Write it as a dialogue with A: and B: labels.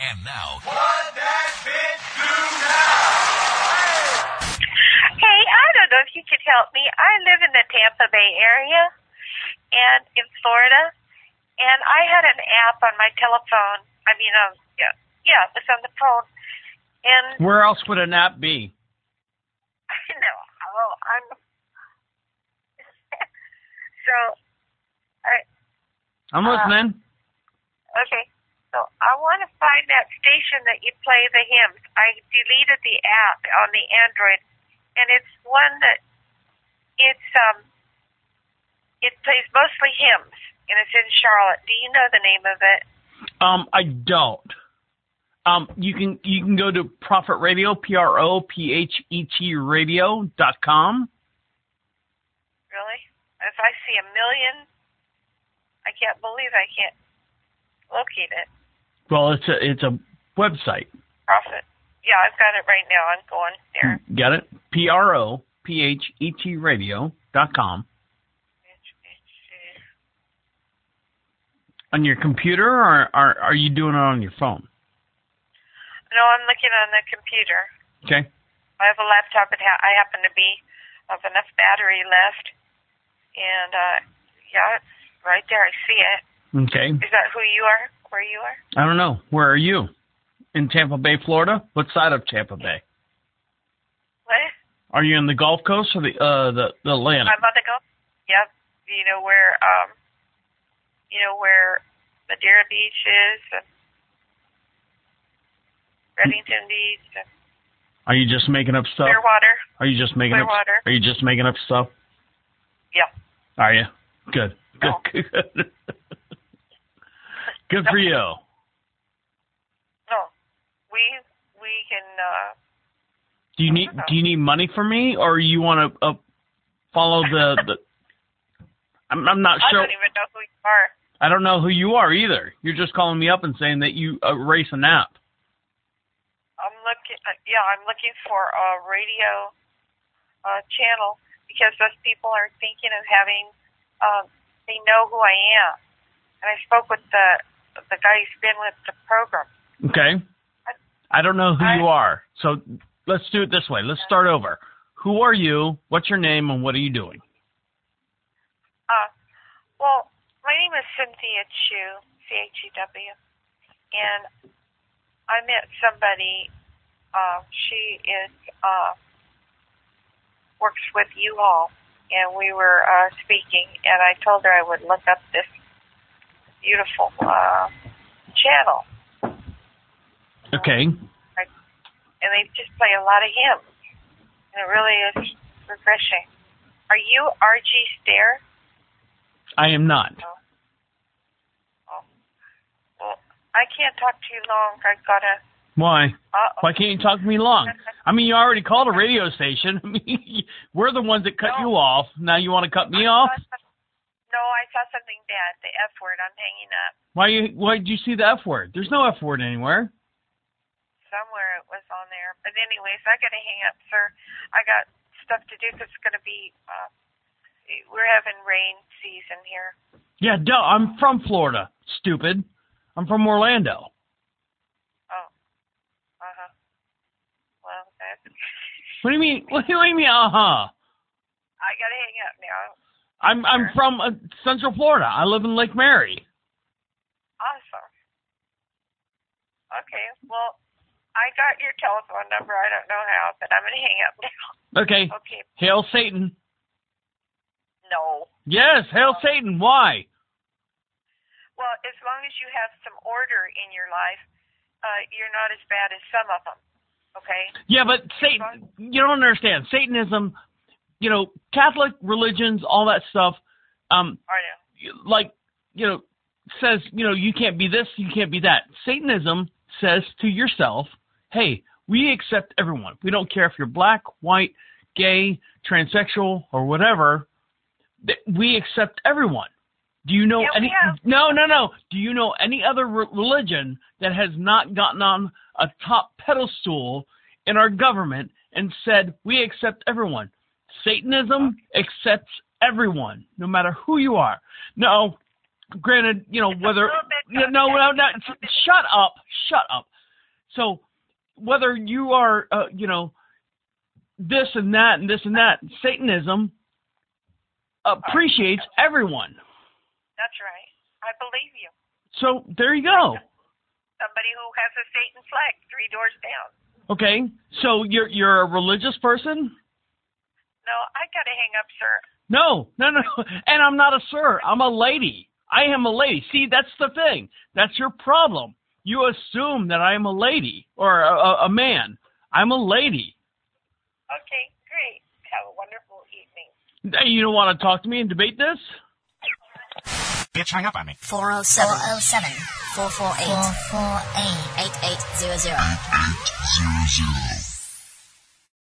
A: And now,
B: Hey, I don't know if you could help me. I live in the Tampa Bay area and in Florida, and I had an app on my telephone. I mean, um, yeah, yeah, it was on the phone. And
C: Where else would an app be?
B: I know, oh, I'm. so, I,
C: I'm
B: Uh,
C: listening.
B: okay, so I want to find that station that you play the hymns. I deleted the app on the Android, and it's one that it's um it plays mostly hymns, and it's in Charlotte. Do you know the name of it?
C: Um, I don't. Um, you can you can go to Prophet Radio, P R O P H E T Radio dot com.
B: Really? If I see a million, I can't believe I can't locate it.
C: Well, it's a it's a website.
B: Profit. Yeah, I've got it right now. I'm going there.
C: Got it? P R O P H E T Radio dot com on your computer, or are are you doing it on your phone?
B: No, I'm looking on the computer.
C: Okay.
B: I have a laptop. It ha- I happen to be of enough battery left, and uh, yeah, it's right there. I see it.
C: Okay.
B: Is that who you are? Where you are?
C: I don't know. Where are you? In Tampa Bay, Florida. What side of Tampa Bay?
B: What?
C: Are you in the Gulf Coast or the uh the, the Atlantic?
B: I'm on the Gulf. Yep. You know where um you know where Madeira Beach is and Reddington Beach and
C: Are you just making up stuff?
B: Clearwater.
C: Are you just making up?
B: Clearwater.
C: Are you just making up stuff?
B: Yeah.
C: Are you? Good. Good.
B: No.
C: Good. Good for you.
B: No. We we can uh
C: Do you need
B: don't know.
C: Do you need money from me, or you want to uh, follow the the? I'm, I'm not
B: I
C: sure.
B: don't even know who you are.
C: I don't know who you are either. You're just calling me up and saying that you uh, race an app.
B: I'm looking uh, yeah, I'm looking for a radio uh channel because those people are thinking of having um they know who I am. And I spoke with the the guy who's been with the program.
C: Okay. I don't know who
B: I-
C: you are, so let's do it this way. Let's start over. Who are you? What's your name, and what are you doing?
B: Uh, well, my name is Cynthia Chu, C H E W, and I met somebody. Uh, she is uh, works with you all, and we were uh, speaking, and I told her I would look up this beautiful uh, channel,
C: Okay.
B: and they just play a lot of hymns, and it really is refreshing. Are you R G Stair?
C: I am not.
B: Well, I can't talk too long. I've got to.
C: Why?
B: Uh,
C: Why can't you talk to me long? I mean, you already called a radio station. I mean, we're the ones that cut you off. Now you want to cut me off?
B: No, I saw something bad. The F word. I'm hanging up.
C: Why you? Why did you see the F word? There's no F word anywhere.
B: Somewhere it was on there. But anyways, I got to hang up, sir. I got stuff to do. 'cause It's going to be. Uh, we're having rain season here.
C: Yeah, duh. I'm from Florida. Stupid. I'm from Orlando.
B: Oh. Uh huh. Well, that's,
C: What do you mean? What do you mean? Uh huh.
B: I got to hang up now.
C: I'm I'm from uh, Central Florida. I live in Lake Mary.
B: Awesome. Okay. Well, I got your telephone number. I don't know how, but I'm going to hang up now.
C: Okay.
B: Okay.
C: Hail Satan.
B: No.
C: Yes, hail Satan. Why?
B: Well, as long as you have some order in your life, uh, you're not as bad as some of them. Okay.
C: Yeah, but Satan, you don't understand. Satanism, you know, Catholic religions, all that stuff, um,
B: I know.
C: like, you know, says, you know, you can't be this, you can't be that. Satanism says to yourself, hey, we accept everyone. We don't care if you're black, white, gay, transsexual, or whatever. Th- We accept everyone. Do you know
B: Yeah, we
C: any?
B: have.
C: No, no, no. Do you know any other re- religion that has not gotten on a top pedestal in our government and said we accept everyone? Satanism accepts everyone, no matter who you are. No, granted, you know
B: It's a
C: whether
B: little bit
C: you know, no,
B: complicated.
C: no, shut up, shut up. So whether you are, uh, you know, this and that and this and that, Satanism appreciates everyone.
B: That's right. I believe you.
C: So there you go.
B: Somebody who has a Satan flag three doors down.
C: Okay, so you're you're a religious person?
B: No, I gotta hang up, sir.
C: No, no, no. And I'm not a sir. I'm a lady. I am a lady. See, that's the thing. That's your problem. You assume that I'm a lady or a, a, a man. I'm a lady.
B: Okay, great. Have a wonderful evening.
C: You don't want to talk to me and debate this?
A: Bitch, hang up on me.
D: 407 407 448 448 8800.
E: 8800.